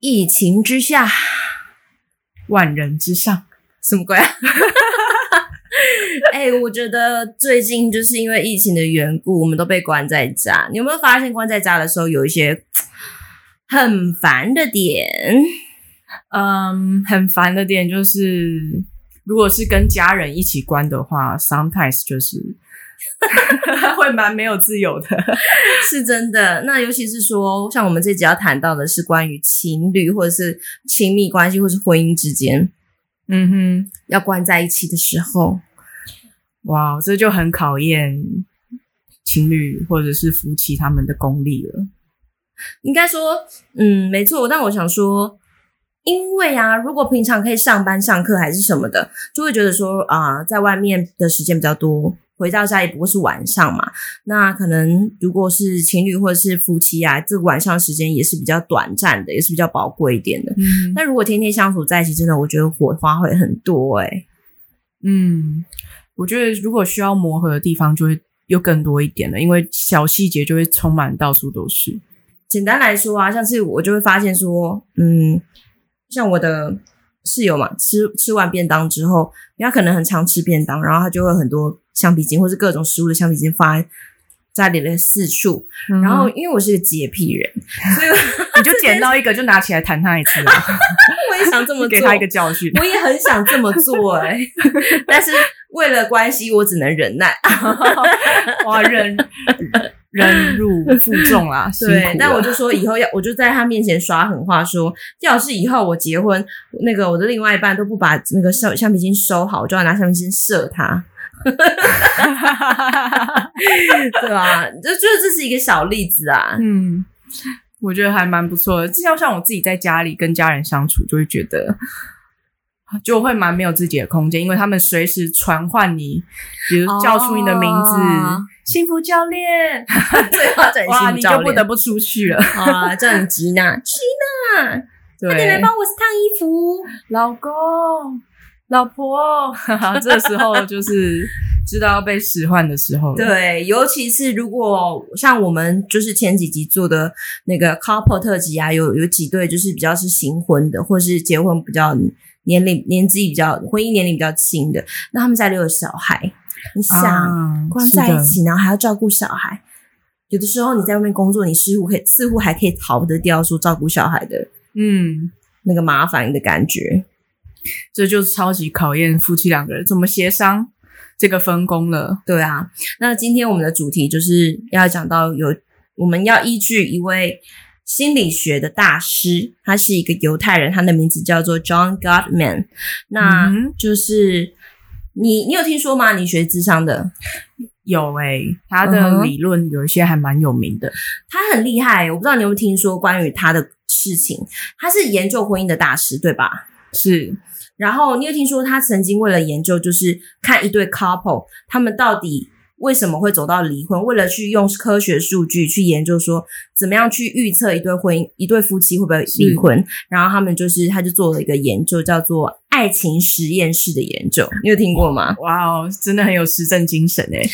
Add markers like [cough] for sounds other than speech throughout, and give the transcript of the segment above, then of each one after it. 疫情之下，万人之上，什么鬼 [laughs] 啊？哎、我觉得最近就是因为疫情的缘故，我们都被关在家。你有没有发现关在家的时候有一些很烦的点？嗯，很烦的点就是，如果是跟家人一起关的话，sometimes 就是 [laughs] 会蛮没有自由的。 [laughs] 是真的。那尤其是说，像我们这集要谈到的是关于情侣或者是亲密关系或是婚姻之间嗯哼，要关在一起的时候，哇，这就很考验嗯情侣或者是夫妻他们的功力了。应该说，嗯，没错。但我想说，因为啊，如果平常可以上班、上课还是什么的，就会觉得说啊、在外面的时间比较多，回到家也不过是晚上嘛。那可能如果是情侣或者是夫妻啊，这个晚上时间也是比较短暂的，也是比较宝贵一点的。嗯那如果天天相处在一起，真的我觉得火花会很多哎、嗯，我觉得如果需要磨合的地方，就会又更多一点了，因为小细节就会充满到处都是。简单来说啊，像是我就会发现说，嗯，像我的室友嘛，吃吃完便当之后，因为他可能很常吃便当，然后他就会有很多橡皮筋或是各种食物的橡皮筋放在家里的四处。然然后后因为我是个洁癖人，所以我你就捡到一个，就拿起来弹他一次 [laughs] 啊，我也想这么做，给他一个 [laughs] 教训。我也很想这么做哎、 [laughs] 但是为了关系，我只能忍耐。哇，忍忍辱负 [laughs] 重啦，辛苦对了，但我就说以后要，我就在他面前耍狠话说，要是以后我结婚，那个我的另外一半都不把那个橡橡皮筋收好，我就要拿橡皮筋射他， [laughs] 对吧、啊？就就是这是一个小例子啊。嗯，我觉得还蛮不错的。至少像我自己在家里跟家人相处，就会觉得。就会蛮没有自己的空间，因为他们随时传唤你，比如叫出你的名字，哦幸福教练， [laughs] 最后转哇，型你就教不练得不出去 [laughs] 了。啊，叫你吉 [laughs] 娜，吉娜，快点来对，帮我烫衣服。老公、老婆， [laughs] 这时候就是知道要被使唤的时候了。对，尤其是如果像我们就是前几集做的那个 couple 特辑啊，有有几对就是比较是新婚的，或是结婚比较年龄年纪比较婚姻年龄比较轻的，那他们家里有小孩，你想、啊光是在的一起，然后还要照顾小孩，有的时候你在外面工作，你似乎可以似乎还可以逃得掉说照顾小孩的嗯，那个麻烦的感觉。这就超级考验夫妻两个人怎么协商这个分工了。对啊，那今天我们的主题就是要讲到有，我们要依据一位心理学的大师，他是一个犹太人，他的名字叫做 John Gottman。那嗯就是、你，你有听说吗？你学智商的，有诶、他嗯的哼理论有一些还蛮有名的。他很厉害，我不知道你有没有听说关于他的事情。他是研究婚姻的大师，对吧？是，然后你有听说他曾经为了研究，就是看一对 couple 他们到底为什么会走到离婚，为了去用科学数据去研究说怎么样去预测一对婚姻、一对夫妻会不会离婚。然后他们就是他就做了一个研究，叫做爱情实验室的研究，你有听过 [laughs] 吗？哇哦，真的很有实证精神欸诶、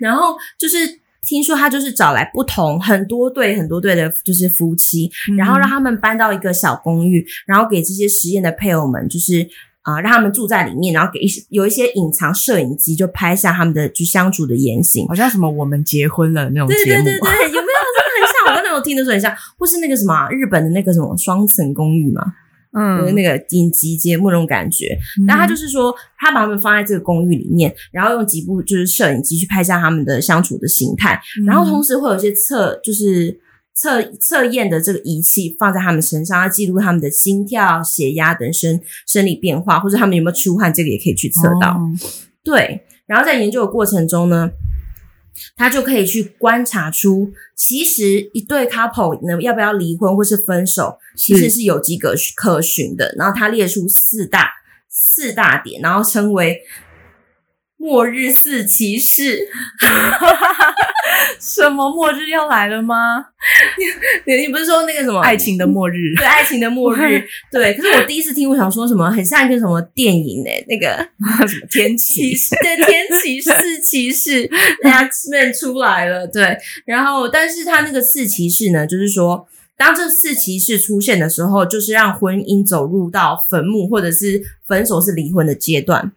然后就是。听说他就是找来不同很多对很多对的，就是夫妻，嗯然后让他们搬到一个小公寓，然后给这些实验的配偶们，就是啊、呃让他们住在里面，然后给一些有一些隐藏摄影机，就拍下他们的就相处的言行。好像什么我们结婚了那种对节对目对啊，对，有没有真的很像？我刚才我听的时候很 [laughs] 像，或是那个什么啊日本的那个什么双层公寓嘛，就是嗯，那个影集节目那种感觉。但他就是说，他把他们放在这个公寓里面，然后用几部就是摄影机去拍下他们的相处的形态，嗯，然后同时会有一些测，就是测测验的这个仪器放在他们身上，要记录他们的心跳、血压等生生理变化，或者他们有没有出汗，这个也可以去测到。哦对，然后在研究的过程中呢，他就可以去观察出，其实一对 couple 呢要不要离婚或是分手，其实是是有迹可可循的。然后他列出四大四大点，然后称为末日四骑士。 [laughs] 什么末日要来了吗？你你不是说那个什么爱情的末日， [laughs] [laughs] 对爱情的末日，对。可是我第一次听，我想说什么，很像一个什么电影哎、那个什么天骑气？士，对天骑士骑士 [laughs] X Men 出来了，对。然后，但是他那个四骑士呢，就是说。当这四骑士出现的时候，就是让婚姻走入到坟墓或者是分手是离婚的阶段。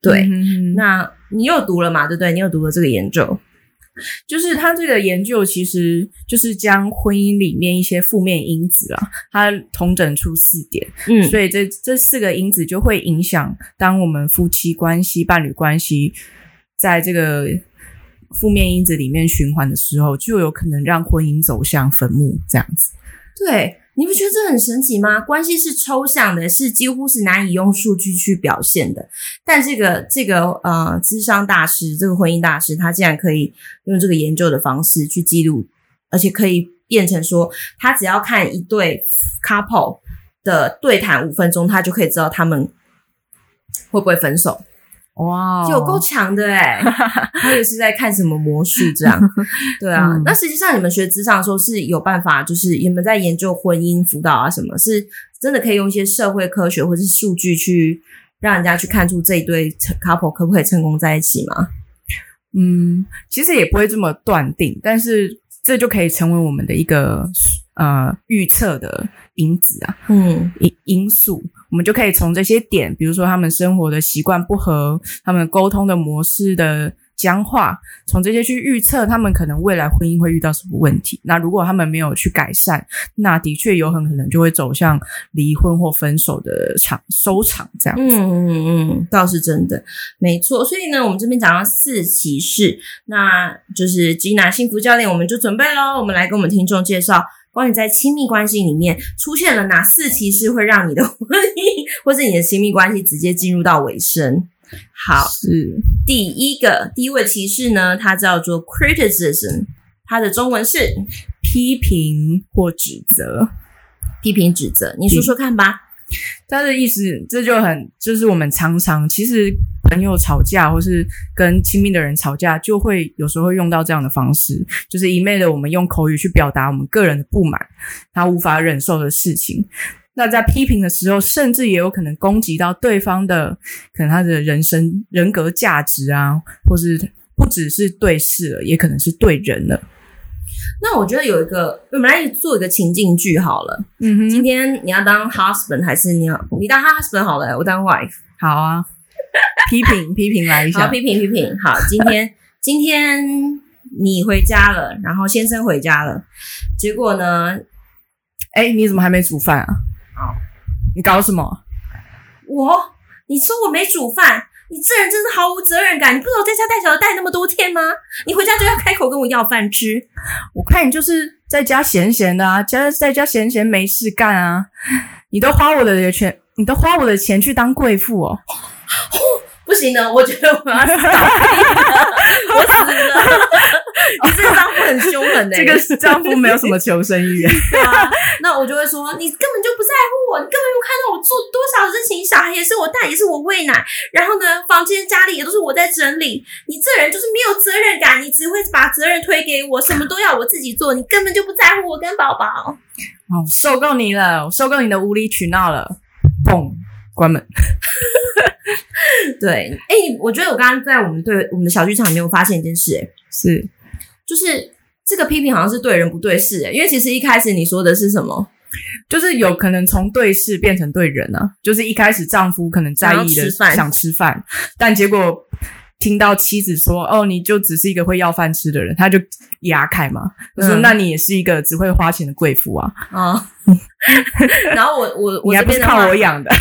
对，嗯哼哼那你又读了嘛？对不对？你又读了这个研究，就是他这个研究，其实就是将婚姻里面一些负面因子啊，它统整出四点，嗯所以这这四个因子就会影响当我们夫妻关系、伴侣关系在这个负面因子里面循环的时候，就有可能让婚姻走向坟墓这样子。对，你不觉得这很神奇吗？关系是抽象的，是几乎是难以用数据去表现的。但这个这个呃，智商大师，这个婚姻大师，他竟然可以用这个研究的方式去记录，而且可以变成说，他只要看一对 couple 的对谈五分钟，他就可以知道他们会不会分手。哇哦有够强的哎、他也是在看什么魔术这样，对啊。嗯那实际上你们学职场的时候是有办法，就是你们在研究婚姻辅导啊什么，是真的可以用一些社会科学或是数据去让人家去看出这一对 couple 可不可以成功在一起吗？嗯，其实也不会这么断定，但是这就可以成为我们的一个呃预测的因子啊。嗯因因素，我们就可以从这些点，比如说他们生活的习惯不合，他们沟通的模式的僵化，从这些去预测他们可能未来婚姻会遇到什么问题。那如果他们没有去改善，那的确有很可能就会走向离婚或分手的场收场这样。嗯嗯嗯，倒是真的，没错。所以呢，我们这边讲到四骑士，那就是吉娜幸福教练，我们就准备喽，我们来跟我们听众介绍。关于在亲密关系里面出现了哪四骑士，会让你的 [laughs] 婚姻或是你的亲密关系直接进入到尾声？好，是第一个第一位骑士呢，它叫做 criticism，它的中文是批评或指责，批评指责。你说说看吧。他的意思，这就很就是我们常常其实朋友吵架，或是跟亲密的人吵架，就会有时候会用到这样的方式，就是一昧的我们用口语去表达我们个人的不满，他无法忍受的事情。那在批评的时候，甚至也有可能攻击到对方的，可能他的人生人格价值啊，或是不只是对事了，也可能是对人了。那我觉得有一个，我们来做一个情境剧好了。嗯今哼，天你要当 husband 还是你要你当 husband 好了，我当 wife。好啊，批评批评来一好，下，批评批评。好，今 [laughs] 天今天你回家了，然后先生回家了，结果呢，哎，你怎么还没煮饭啊？你搞什么？我你说我没煮饭，你这人真是毫无责任感。你不知道我在家带小孩带那么多天吗？你回家就要开口跟我要饭吃。我看你就是在家闲闲的啊，家在家闲闲没事干啊，你都花我的钱，你都花我的钱去当贵妇哦，不行呢，我觉得我要死了， [laughs] 我死了。你这张夫很凶狠的、 [laughs] 这个丈夫没有什么求生欲。 [laughs] 啊，那我就会说，你根本就不在乎我，你根本没有看到我做多少事情，小孩也是我带，也是我喂奶，然后呢，房间家里也都是我在整理。你这人就是没有责任感，你只会把责任推给我，什么都要我自己做，你根本就不在乎我跟宝宝。哦，我受够你了，我受够你的无理取闹了，砰，关门。对，哎、我觉得我刚刚在我们对我们的小剧场里面，我发现一件事、哎是就是这个批评好像是对人不对事、哎因为其实一开始你说的是什么？就是有可能从对事变成对人啊，就是一开始丈夫可能在意想要的吃饭想吃饭，但结果听到妻子说：“哦，你就只是一个会要饭吃的人。”他就牙开嘛，就说：“嗯那你也是一个只会花钱的贵妇啊，啊， [laughs] 然后我我我你还这不边是的话靠我，养的。” [laughs]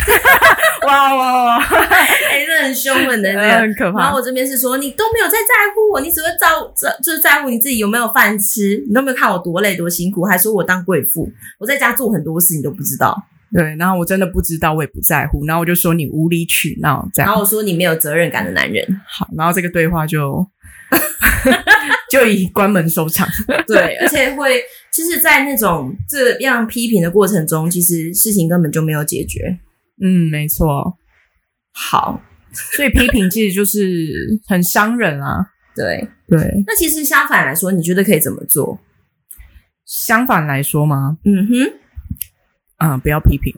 哇哇哇！哎、这很凶狠的那个呃，很可然怕后。我这边是说，你都没有在在乎我，你只会照在就是在乎你自己有没有饭吃，你都没有看我多累多辛苦，还说我当贵妇，我在家做很多事你都不知道，对，然后我真的不知道，我也不在乎，然后我就说你无理取闹这样然。后我说你没有责任感的男人，好，然后这个对话就 [laughs] 就以关门收场。对，而且会就是在那种这样批评的过程中，其实事情根本就没有解决嗯，没错。好。所以批评其实就是很伤人啊。对，对，那其实相反来说，你觉得可以怎么做？相反来说嘛，嗯哼，啊、不要批评，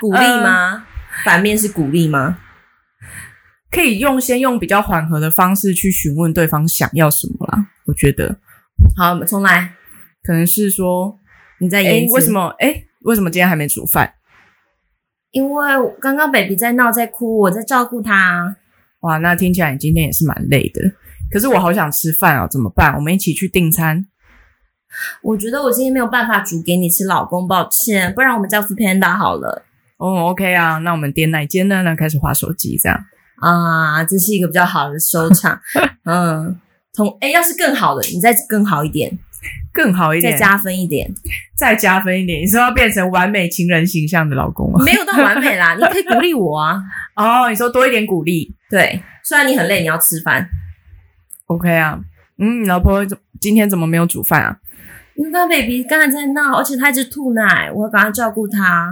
鼓励呃吗？反面是鼓励吗？可以用先用比较缓和的方式去询问对方想要什么啦。我觉得好，我们重来。可能是说，你在哎演，为什？么？哎，为什么今天还没煮饭？因为刚刚 baby 在闹，在哭，我在照顾他。啊哇，那听起来你今天也是蛮累的。可是我好想吃饭哦，怎么办？我们一起去订餐。我觉得我今天没有办法煮给你吃，老公，抱歉。不然我们叫 f o o Panda 好了。哦，OK 啊，那我们点哪间呢？那开始划手机这样。啊，这是一个比较好的收 [laughs] 场。嗯，同哎，要是更好的，你再更好一点，更好一点，再加分一点，再加分一点，你是要变成完美情人形象的老公吗？没有到完美啦，你可以鼓励我啊。 [laughs] 哦，你说多一点鼓励对，虽然你很累，你要吃饭， ，OK 啊？嗯，老婆怎今天怎么没有煮饭啊？因为刚刚 baby 刚才在闹，而且他一直吐奶，我要赶快照顾他。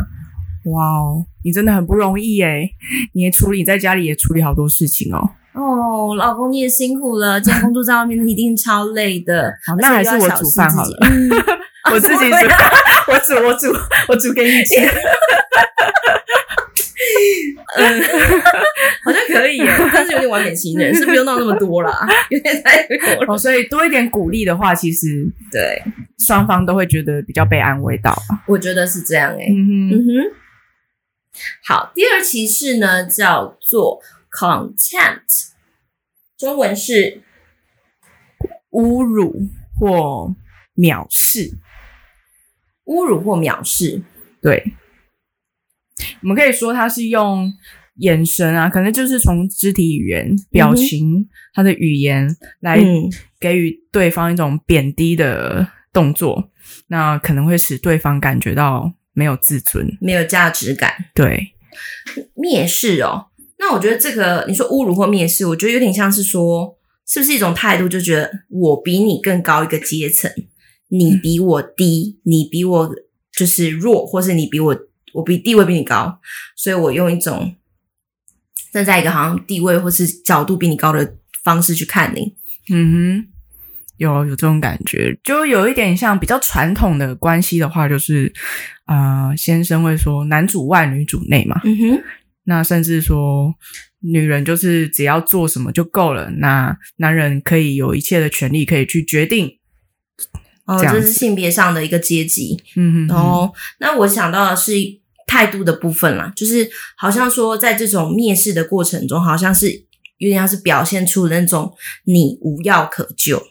哇哦，你真的很不容易诶，你也处理在家里也处理好多事情哦。 [laughs] 哦，老公你也辛苦了，今天工作在外面一定超累的。好而且哦那还是又要我小煮心饭自好己嗯啊了。 [laughs] 我自 [laughs] 己煮，我煮，我煮，我煮给你吃。好像可以 [laughs] 耶，但是有点完美情人，是不用闹那么多 [laughs] 啦，有点太多了。 [laughs] 哦，所以多一点鼓励的话，其实对，双方都会觉得比较被安慰到吧。我觉得是这样哎。嗯嗯哼，哼，好，第二骑士呢叫做 contempt，中文是侮辱或藐视，侮辱或藐视。对，我们可以说他是用眼神啊，可能就是从肢体语言、表情、他的语言来嗯给予对方一种贬低的动作，那可能会使对方感觉到没有自尊。没有价值感，对，蔑视哦。那我觉得这个你说侮辱或蔑视，我觉得有点像是说，是不是一种态度，就觉得我比你更高一个阶层，你比我低，你比我就是弱，或是你比我我比地位比你高，所以我用一种站在一个好像地位或是角度比你高的方式去看你。嗯哼。有有这种感觉，就有一点像比较传统的关系的话，就是，呃，先生会说男主外女主内嘛，嗯哼，那甚至说，女人就是只要做什么就够了，那男人可以有一切的权利，可以去决定。哦，这样这子是性别上的一个阶级。嗯哼，哦，那我想到的是态度的部分啦，就是好像说在这种蔑视的过程中，好像是有点像是表现出那种你无药可救，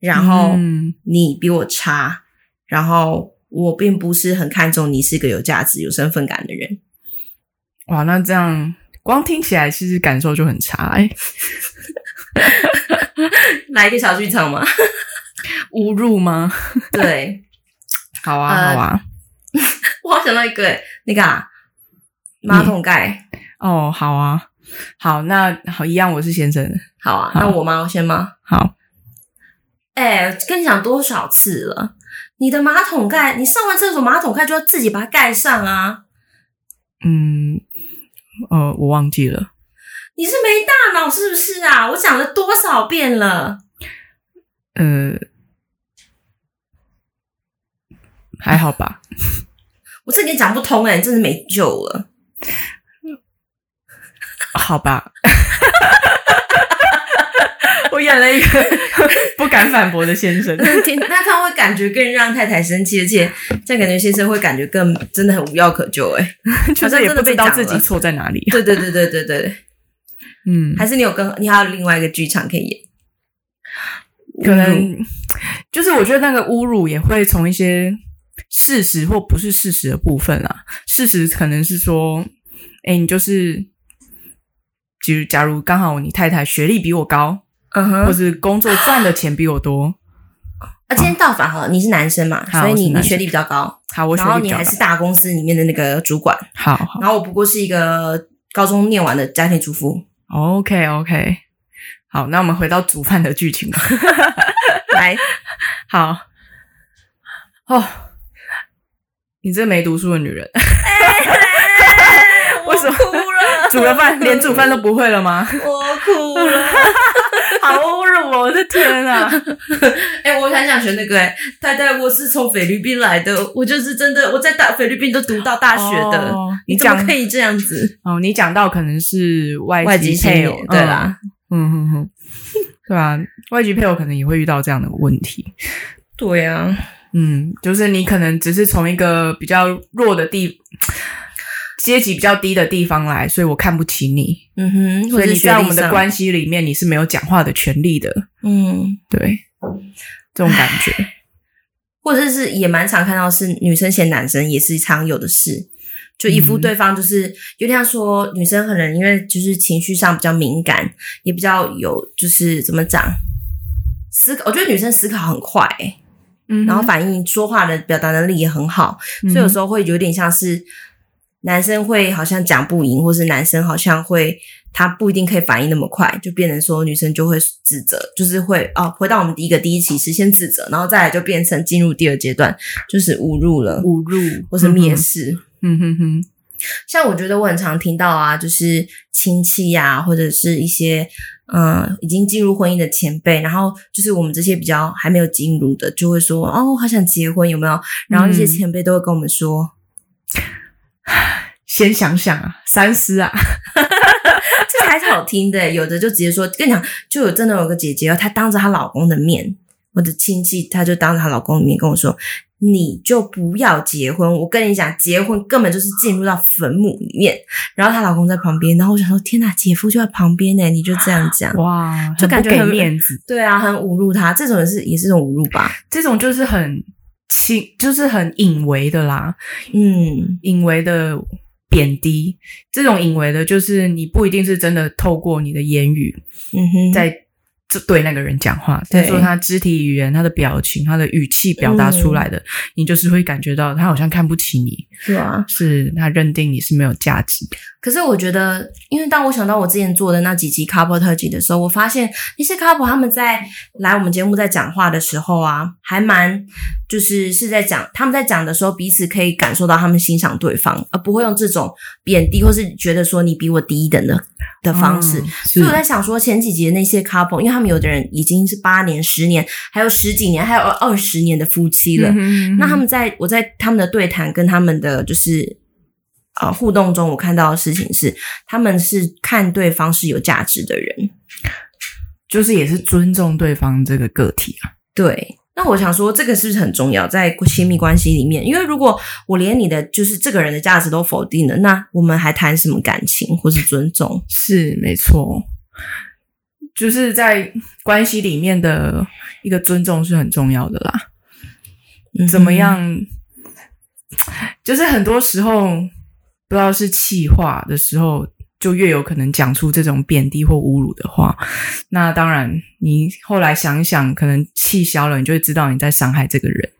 然后嗯你比我差，然后我并不是很看重你是个有价值、有身份感的人。哇，那这样光听起来其实感受就很差、哎，来一个小剧场 [laughs] 吗？侮辱吗？对，好啊，呃好啊，我好想到一个那个、啊、马桶盖。哦，好啊，好，那好，一样，我是先生，好啊，好那我吗？我先吗？好，哎、跟你讲多少次了，你的马桶盖，你上完厕所马桶盖就要自己把它盖上啊！嗯，呃，我忘记了，你是没大脑是不是啊？我讲了多少遍了？呃，还好吧，我这跟你讲不通哎、你真的没救 [laughs] 了。好吧， [laughs] 我演了一个 [laughs] 不敢反驳的先生。天那他会感觉更让太太生气，而且这样感觉先生会感觉更真的很无药可救哎、 [laughs] [laughs] 就好像是也真不的知被道讲自己了错在哪里。对对对对对对，嗯，还是你有更你还有另外一个剧场可以演，嗯可能就是我觉得那个侮辱也会从一些事实或不是事实的部分啊，事实可能是说，哎，你就是，其实假如刚好你太太学历比我高，嗯哼或。是工作赚的钱比我多，啊，今天到访好了，你是男生嘛，好所以我你是你男生学历比较高，好，我学然后历比你较还高，是大公司里面的那个主管，好好然后我不过是一个高中念完的家庭主妇。 ，OK OK，好，那我们回到煮饭的剧情吧。来，好，哦，你这没读书的女人，为什么我哭了？煮个 [laughs] 饭连煮饭都不会了吗？我哭了。好侮辱我！我的天啊！哎、我很想学那个哎、太太，我是从菲律宾来的，我就是真的我在大菲律宾都读到大学的。哦你你怎么讲可以这样子？哦，你讲到可能是外外籍籍配配偶偶，，对啦，嗯，嗯哼 [laughs] 哼，对啊，外籍配偶可能也会遇到这样的问题。对啊，嗯，就是你可能只是从一个比较弱的地。阶级比较低的地方来，所以我看不起你，嗯哼，所以你在我们的关，关系里面你是没有讲话的权利的，嗯，对，这种感觉。或者是也蛮常看到是女生嫌男生也是常有的事，就一副嗯对方就是、有点像说女生可能因为就是情绪上比较敏感，也比较有就是怎么讲思考，我觉得女生思考很快、欸 [laughs] 嗯然后反应说话的表达能力也很好，所以有时候会有点像是男生会好像讲不赢，或是男生好像会他不一定可以反应那么快，就变成说女生就会指责，就是会哦，回到我们第一个第一期是先指责，然后再来就变成进入第二阶段，就是侮辱了，侮辱或是蔑，视。嗯哼嗯哼像我觉得我很常听到啊，就是亲戚呀、或者是一些嗯、呃已经进入婚姻的前辈，然后就是我们这些比较还没有进入的，就会说哦，我好想结婚，有没有？然后一些嗯前辈都会跟我们说，哼，先想想啊，三思啊，这才是好听的。有的就直接说，跟你讲，就有真的有个姐哦姐，她当着她老公的面，我的亲戚，她就当着她老公的面跟我说。你就不要结婚，我跟你讲，结婚根本就是进入到坟墓里面。然后她老公在旁边，然后我想说，天哪，姐夫就在旁边呢，你就这样讲， [laughs] 哇，就感觉很不很给面子，对啊，很侮辱她，这种也是也是一种侮辱吧？这种就是很轻，就是很隐微的啦，嗯，隐微的贬低，这种隐微的，就是你不一定是真的透过你的言语嗯哼，在这对那个人讲话，对但是他肢体语言、他的表情、他的语气表达出来的，嗯你就是会感觉到他好像看不起你，是啊。是他认定你是没有价值的。可是我觉得，因为当我想到我之前做的那几集 couple 特辑的时候，我发现那些 couple 他们在来我们节目在讲话的时候啊，还蛮就是是在讲他们在讲的时候，彼此可以感受到他们欣赏对方，而不会用这种贬低或是觉得说你比我低等的的方式。嗯所是以我在想说，前几集的那些 couple，因为他们有的人已经是八年、十年，还有十几年，还有二十年的夫妻了，嗯哼嗯哼那他们在我在他们的对谈跟他们的就是啊、呃互动中，我看到的事情是，他们是看对方是有价值的人。就是也是尊重对方这个个体啊。对，那我想说，这个是不是很重要，在亲密关系里面？因为如果我连你的就是这个人的价值都否定了，那我们还谈什么感情或是尊重？是没错，就是在关系里面的一个尊重是很重要的啦。嗯怎么？样？就是很多时候不知道是气话的时候，就越有可能讲出这种贬低或侮辱的话。那当然，你后来想一想，可能气消了，你就会知道你在伤害这个人，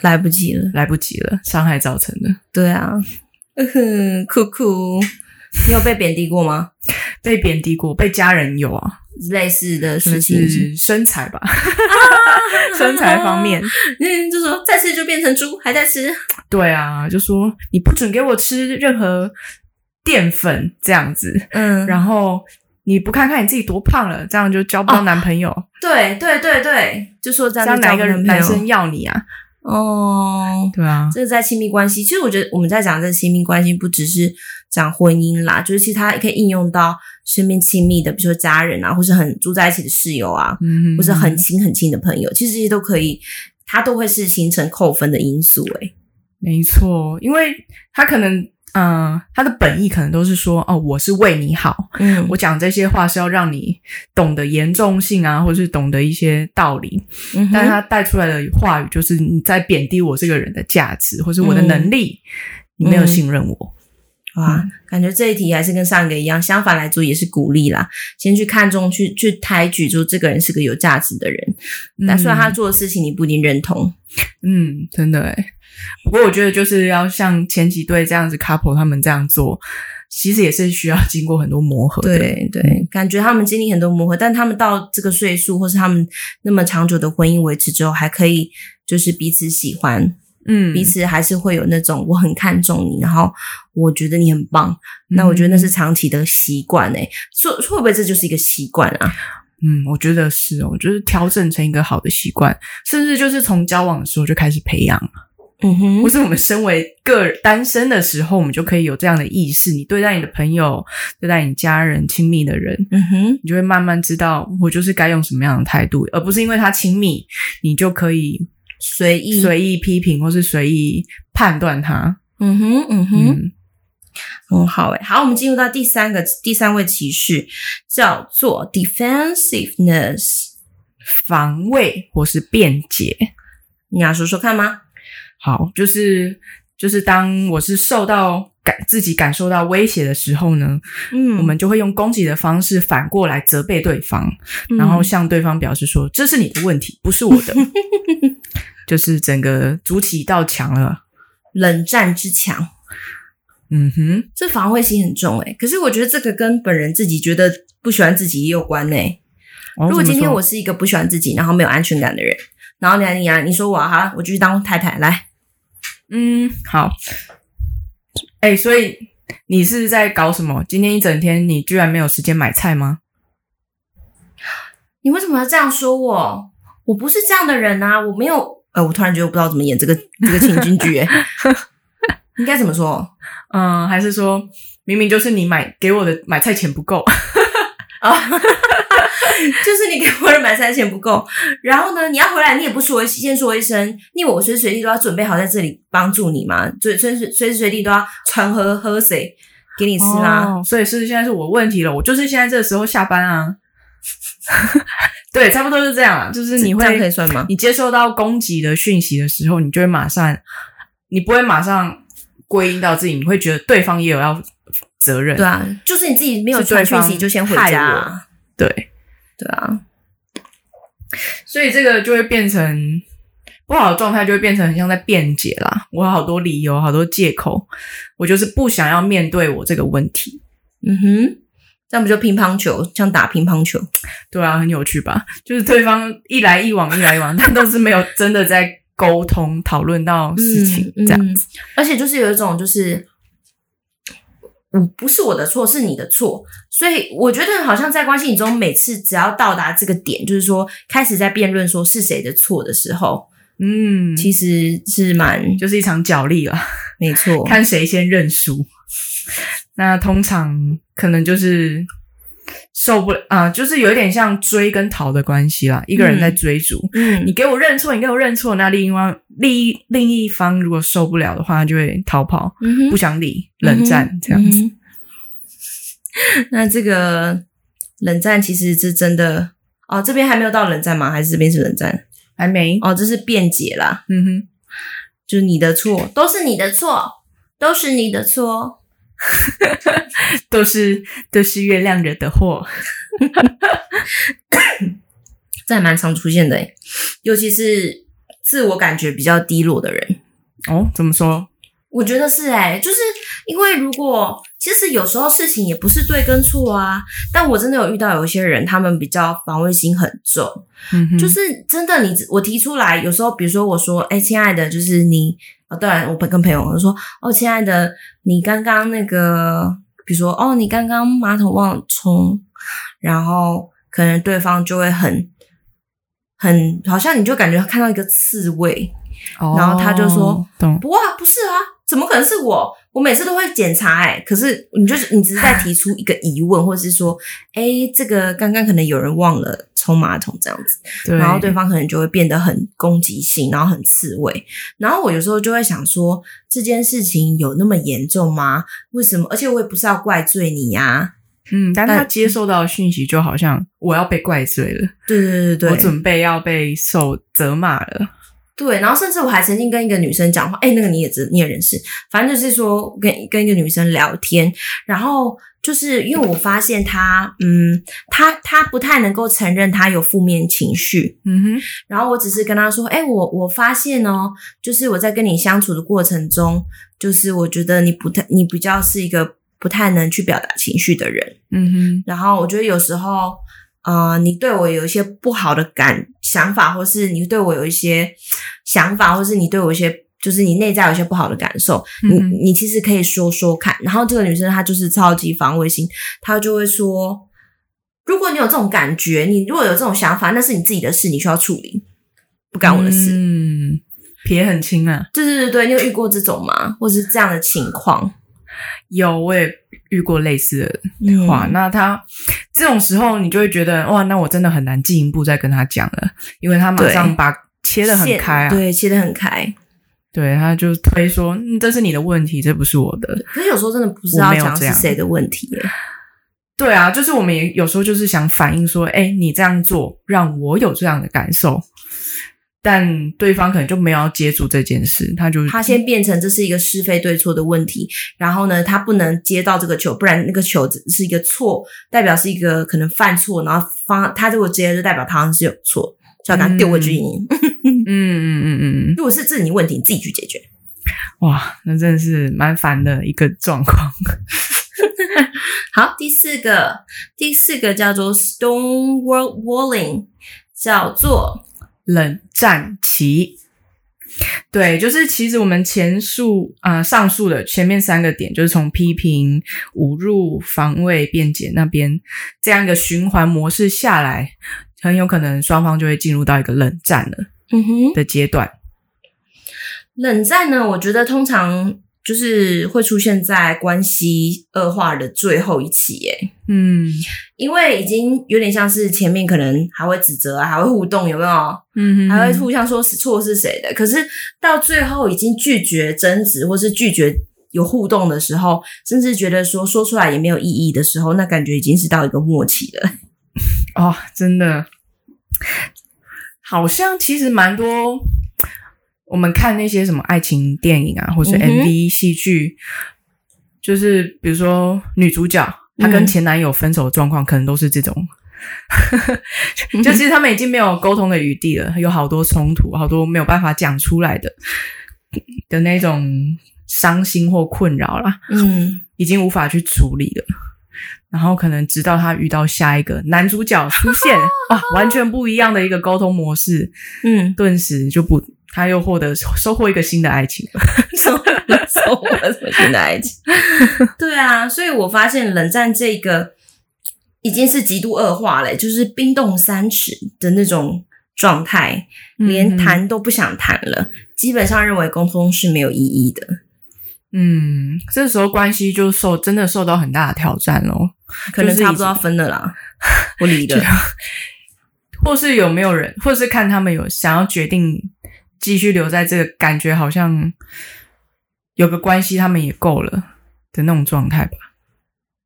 来不及了。来不及了，伤害造成的。对啊，嗯哼，酷酷，你有被贬低过吗？被贬低过，被家人有啊，类似的可能事情，是身材吧， [laughs] 身材方面，嗯，就说再吃就变成猪，还在吃，对啊，就说你不准给我吃任何淀粉这样子，嗯，然后你不看看你自己多胖了，这样就交不到男朋友，对对对对，就哦说这这样样就哪交一不到个男男朋友生要你啊？哦。对啊，这是在亲密关系，其实我觉得我们在讲这亲密关系，不只是讲婚姻啦，就是其他也可以应用到身边亲密的，比如说家人啊，或是很住在一起的室友啊，嗯，或是很亲很亲的朋友，其实这些都可以，它都会是形成扣分的因素、欸。没错，因为他可能，嗯、他的本意可能都是说，哦，我是为你好，嗯我讲这些话是要让你懂得严重性啊，或是懂得一些道理，嗯但是哼他带出来的话语就是你在贬低我这个人的价值，或是我的嗯能力，你没有嗯信任我。哇，嗯感觉这一题还是跟上一个一样，相反来做也是鼓励啦，先去看重，去去抬举，就这个人是个有价值的人，但虽然他做的事情你不一定认同，嗯，真的欸哎。不过我觉得就是要像前几对这样子 couple 他们这样做，其实也是需要经过很多磨合的。对对，感觉他们经历很多磨合，但他们到这个岁数，或是他们那么长久的婚姻维持之后，还可以就是彼此喜欢，嗯，彼此还是会有那种我很看重你，然后我觉得你很棒，那我觉得那是长期的习惯诶、欸，说会不会这就是一个习惯啊？嗯，我觉得是哦，就是调整成一个好的习惯，甚至就是从交往的时候就开始培养，嗯或哼，是我们身为个人单身的时候，我们就可以有这样的意识。你对待你的朋友，对待你家人、亲密的人，嗯哼，你就会慢慢知道我就是该用什么样的态度，而不是因为他亲密，你就可以随意，随意批评或是随意判断他。嗯哼，嗯哼，嗯，很好诶、好，我们进入到第三个第三位歧视，叫做 defensiveness。防卫或是辩解。你要说说看吗？好，就是就是当我是受到感自己感受到威胁的时候呢，嗯我们就会用攻击的方式反过来责备对方，嗯然后向对方表示说：“这是你的问题，不是我 [laughs] 的。”就是整个筑起一道墙了。冷战之强，嗯哼，这防卫心很重诶、欸可是我觉得这个跟本人自己觉得不喜欢自己也有关诶、欸哦如果今天我怎么说是一个不喜欢自己，然后没有安全感的人，然后你来你来，你说我啊好啊，我就去当太太来，嗯好，哎、所以你是在搞什么？今天一整天你居然没有时间买菜吗？你为什么要这样说我？我不是这样的人啊，我没有。呃，我突然觉得我不知道怎么演这个这个情景剧、欸， [laughs] 应该怎么说？嗯，还是说明明就是你买给我的买菜钱不够？就是你给我的买菜钱不够，然后呢，你要回来，你也不说一先说一声，因为我随时随地都要准备好在这里帮助你嘛，随随时随时随地都要穿喝喝水给你吃啊。哦，所以是现在是我问题了，我就是现在这个时候下班啊。 [laughs] 对，差不多是这样啊，就是你这样可以会算吗？你接收到攻击的讯息的时候，你就会马上，你不会马上归因到自己，你会觉得对方也有要责任。对啊，就是你自己没有是对传讯方息就先回害家啊、我对，对啊，所以这个就会变成不好的状态，就会变成很像在辩解啦。我有好多理由，好多借口，我就是不想要面对我这个问题。嗯哼，这样不就乒乓球，像打乒乓球？对啊，很有趣吧？就是对方一来一往，一来一往，但都是没有真的在沟通讨论到事情、嗯这样。嗯而且就是有一种就是，嗯，不是我的错，是你的错。所以我觉得好像在关系中，每次只要到达这个点，就是说开始在辩论说是谁的错的时候，嗯，其实是蛮就是一场角力了，没错。看谁先认输。那通常可能就是受不了啊、就是有一点像追跟逃的关系啦。一个人在追逐，嗯你给我认错，你给我认错，那另外另一另一方如果受不了的话，他就会逃跑，嗯哼不想理，冷战、嗯哼这样子。嗯哼 [laughs] 那这个冷战其实是真的哦，这边还没有到冷战吗？还是这边是冷战？还没，哦，这是辩解啦，嗯哼。就是你的错，都是你的错，都是你的错。都是都是月亮惹的祸。这还蛮常出现的诶，尤其是自我感觉比较低落的人，哦，怎么说？我觉得是哎、就是因为如果其实有时候事情也不是对跟错啊，但我真的有遇到有一些人，他们比较防卫心很重，嗯哼，就是真的你，我提出来，有时候比如说我说，哎、亲爱的，就是你，哦，对我跟朋友我说，哦，亲爱的，你刚刚那个，比如说，哦，你刚刚马桶忘了冲，然后可能对方就会很。很好像你就感觉看到一个刺猬，然后他就说懂。不过啊不是啊，怎么可能是我？我每次都会检查哎、可是你就是你只是在提出一个疑问，或者是说，哎、这个刚刚可能有人忘了冲马桶这样子。对，然后对方可能就会变得很攻击性，然后很刺猬。然后我有时候就会想说，这件事情有那么严重吗？为什么？而且我也不是要怪罪你呀、嗯，但但他接受到的讯息就好像我要被怪罪了，对对对我对对，准备要被受责骂了。对。然后甚至我还曾经跟一个女生讲话，哎，那个你也知你也认识，反正就是说跟跟一个女生聊天，然后就是因为我发现她，嗯，她她不太能够承认她有负面情绪，嗯哼，然后我只是跟他说：“哎、我我发现哦，就是我在跟你相处的过程中，就是我觉得你不太，你比较是一个不太能去表达情绪的人。嗯哼，然后我觉得有时候，呃，你对我有一些不好的感想法，或是你对我有一些想法，或是你对我一些。”就是你内在有一些不好的感受，你嗯哼你其实可以说说看。然后这个女生她就是超级防卫心，她就会说：如果你有这种感觉，你如果有这种想法，那是你自己的事，你需要处理，不干我的事。嗯，撇很轻啊。对对对对，你有遇过这种吗？或是这样的情况？有，我也遇过类似的嗯话，那他这种时候你就会觉得哇，那我真的很难进一步再跟他讲了，因为他马上把切的很开啊，对，切的很开。对，他就推说，嗯，这是你的问题，这不是我的。可是有时候真的不知道我没有讲这是样谁的问题耶、对啊，就是我们也有时候就是想反映说，哎，你这样做让我有这样的感受，但对方可能就没有要接触这件事，他就他先变成这是一个是非对错的问题，然后呢，他不能接到这个球，不然那个球只是一个错，代表是一个可能犯错，然后方他如果接了就代表他好像是有错，就要给他丢回去赢。嗯嗯嗯嗯嗯，如果是这是你问题，你自己去解决。哇，那真的是蛮烦的一个状况。好，第四个，第四个叫做 stone wall walling，叫做冷战期。对，就是其实我们前述呃上述的前面三个点，就是从批评、侮辱、防卫、辩解那边这样一个循环模式下来，很有可能双方就会进入到一个冷战了嗯哼。的阶段。冷战呢，我觉得通常就是会出现在关系恶化的最后一期，耶，嗯因为已经有点像是前面可能还会指责啊，还会互动，有没有？嗯还会互相说是错是谁的，可是到最后已经拒绝争执或是拒绝。有互动的时候，甚至觉得说说出来也没有意义的时候，那感觉已经是到一个末期了。哦，真的，好像其实蛮多。我们看那些什么爱情电影啊，或是嗯哼 MV 戏剧，就是比如说女主角她跟嗯前男友分手的状况，可能都是这种。 [laughs] 就其实他们已经没有沟通的余地了，有好多冲突，好多没有办法讲出来的的那种伤心或困扰啦。嗯，已经无法去处理了。然后可能直到他遇到下一个男主角出现，哇，完全不一样的一个沟通模式，嗯，顿时就不，他又获得收获一个新的爱情了。 [laughs] 送送我什么新的爱 [laughs] 情？对啊，所以我发现冷战这个已经是极度恶化了，就是冰冻三尺的那种状态，嗯连谈都不想谈了，基本上认为沟通是没有意义的。嗯，这时候关系就受真的受到很大的挑战咯。可能就是已差不多经要分了 [laughs] 啦，我离了就。或是有没有人，或是看他们有想要决定继续留在这个感觉，好像有个关系他们也够了的那种状态吧？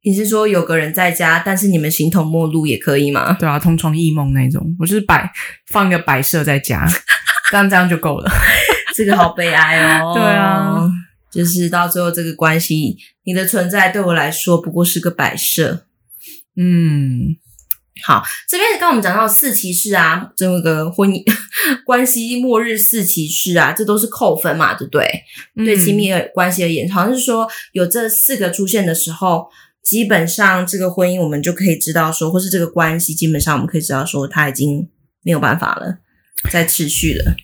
你是说有个人在家，但是你们形同陌路也可以吗？对啊，同床异梦那种，我就是摆放一个摆设在家，这样这样就够了。这个好悲哀哦。 [laughs] 对啊，就是到最后这个关系，你的存在对我来说不过是个摆设。嗯，好，这边刚刚我们讲到四骑士啊，这个婚姻 [laughs] 关系末日四骑士啊，这都是扣分嘛，对不对？对亲密的关系而言，好像是说有这四个出现的时候，基本上这个婚姻我们就可以知道说，或是这个关系，基本上我们可以知道说，它已经没有办法了，在持续了，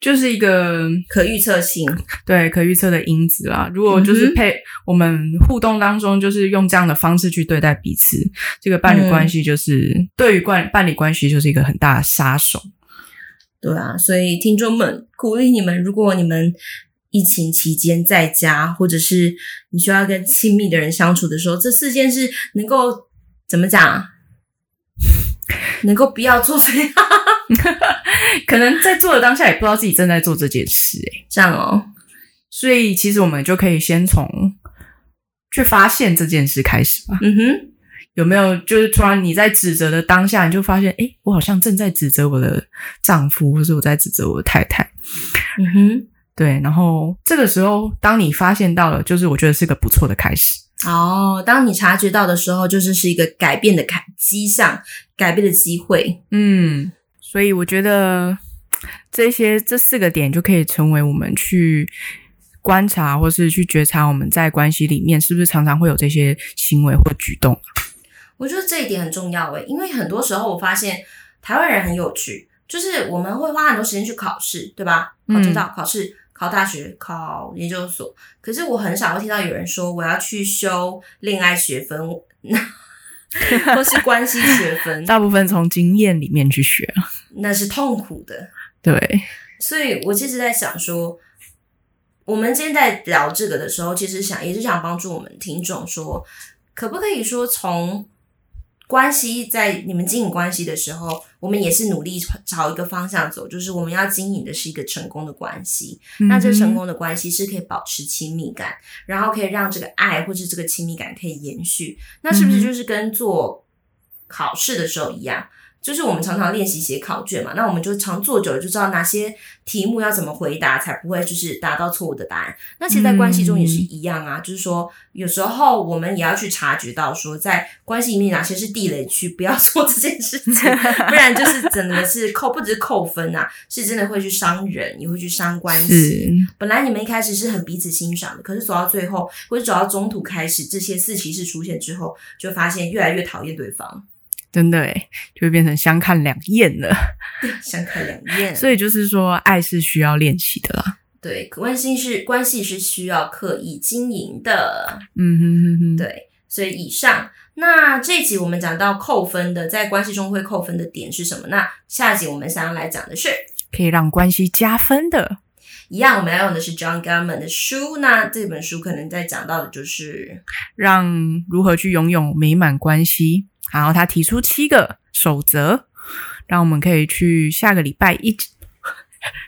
就是一个可预测性。对可预测的因子啦。如果就是嗯哼配、我们互动当中，就是用这样的方式去对待彼此，这个伴侣嗯关系就是、对于关伴侣关系就是一个很大的杀手。对啊，所以听众们鼓励你们，如果你们疫情期间在家，或者是你需要跟亲密的人相处的时候，这四件事能够怎么讲？能够不要做这样可能在做的当下也不知道自己正在做这件事、欸，这样哦。所以其实我们就可以先从去发现这件事开始吧。嗯哼，有没有就是突然你在指责的当下，你就发现，哎、我好像正在指责我的丈夫，或者我在指责我的太太。嗯哼，对，然后这个时候，当你发现到了，就是我觉得是个不错的开始。哦，当你察觉到的时候，就是是一个改变的开迹象，改变的机会。嗯，所以我觉得这些这四个点就可以成为我们去观察或是去觉察我们在关系里面是不是常常会有这些行为或举动。我觉得这一点很重要诶，因为很多时候我发现台湾人很有趣，就是我们会花很多时间去考试，对吧？考证照、考试、考大学、考研究所。可是我很少会听到有人说我要去修恋爱学分， [laughs] 或是关系学 [laughs] 分，大部分从经验里面去学。那是痛苦的。对，所以我其实在想说，我们今天在聊这个的时候，其实想也是想帮助我们听众说，可不可以说从关系在你们经营关系的时候，我们也是努力朝一个方向走，就是我们要经营的是一个成功的关系。嗯那这成功的关系是可以保持亲密感，然后可以让这个爱或是这个亲密感可以延续。那是不是就是跟做考试的时候一样？就是我们常常练习写考卷嘛，那我们就常做久了就知道哪些题目要怎么回答才不会就是达到错误的答案。那其实，在关系中也是一样啊，就是说有时候我们也要去察觉到说，在关系里面哪些是地雷区，不要做这件事情，不然就是真的是扣，不只是扣分啊，是真的会去伤人，也会去伤关系。本来你们一开始是很彼此欣赏的，可是走到最后，或者走到中途开始，这些四骑士出现之后，就发现越来越讨厌对方。真的诶，就会变成相看两厌了。相看两厌，所以就是说，爱是需要练习的啦。对，关系是关系是需要刻意经营的。嗯哼哼哼，对，所以以上那这集我们讲到扣分的，在关系中会扣分的点是什么？那下集我们想要来讲的是可以让关系加分的。一样，我们要用的是 John Gallman 的书。那这本书可能在讲到的就是让如何去拥有美满关系。然后他提出七个守则，让我们可以去下个礼拜一。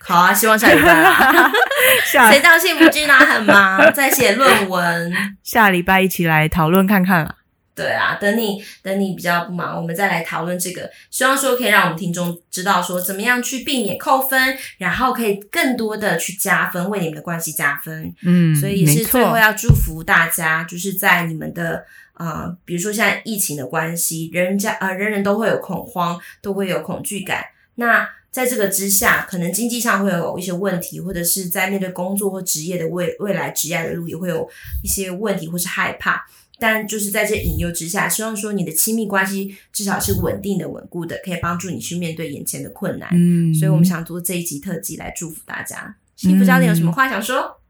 好啊，希望下礼拜啊。 [laughs] 下谁道幸福巨大很忙， [laughs] 在写论文。下礼拜一起来讨论看看啦。对啊，等你等你比较不忙，我们再来讨论这个。希望说可以让我们听众知道说怎么样去避免扣分，然后可以更多的去加分，为你们的关系加分。嗯，所以也是没错最后要祝福大家，就是在你们的呃，比如说现在疫情的关系，人家呃人人都会有恐慌，都会有恐惧感。那在这个之下，可能经济上会有一些问题，或者是在面对工作或职业的未未来职业的路也会有一些问题或是害怕。但就是在这隐忧之下，希望说你的亲密关系至少是稳定的、稳固的，可以帮助你去面对眼前的困难。嗯，所以我们想做这一集特辑来祝福大家。幸福教练有什么话想说？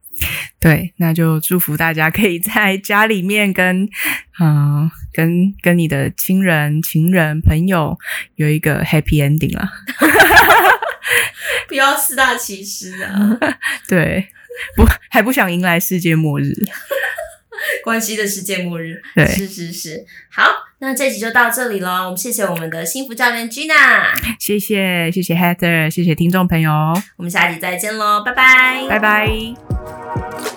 对，那就祝福大家可以在家里面跟嗯、呃跟跟你的亲人、情人、朋友有一个 happy ending 啦。不要四大奇师啊！对，不还不想迎来世界末日。关系的世界末日。对是是是。好，那这集就到这里喽。我们谢谢我们的幸福教练 Gina，谢谢谢谢 Heather，谢谢听众朋友，我们下集再见喽，拜拜，拜拜。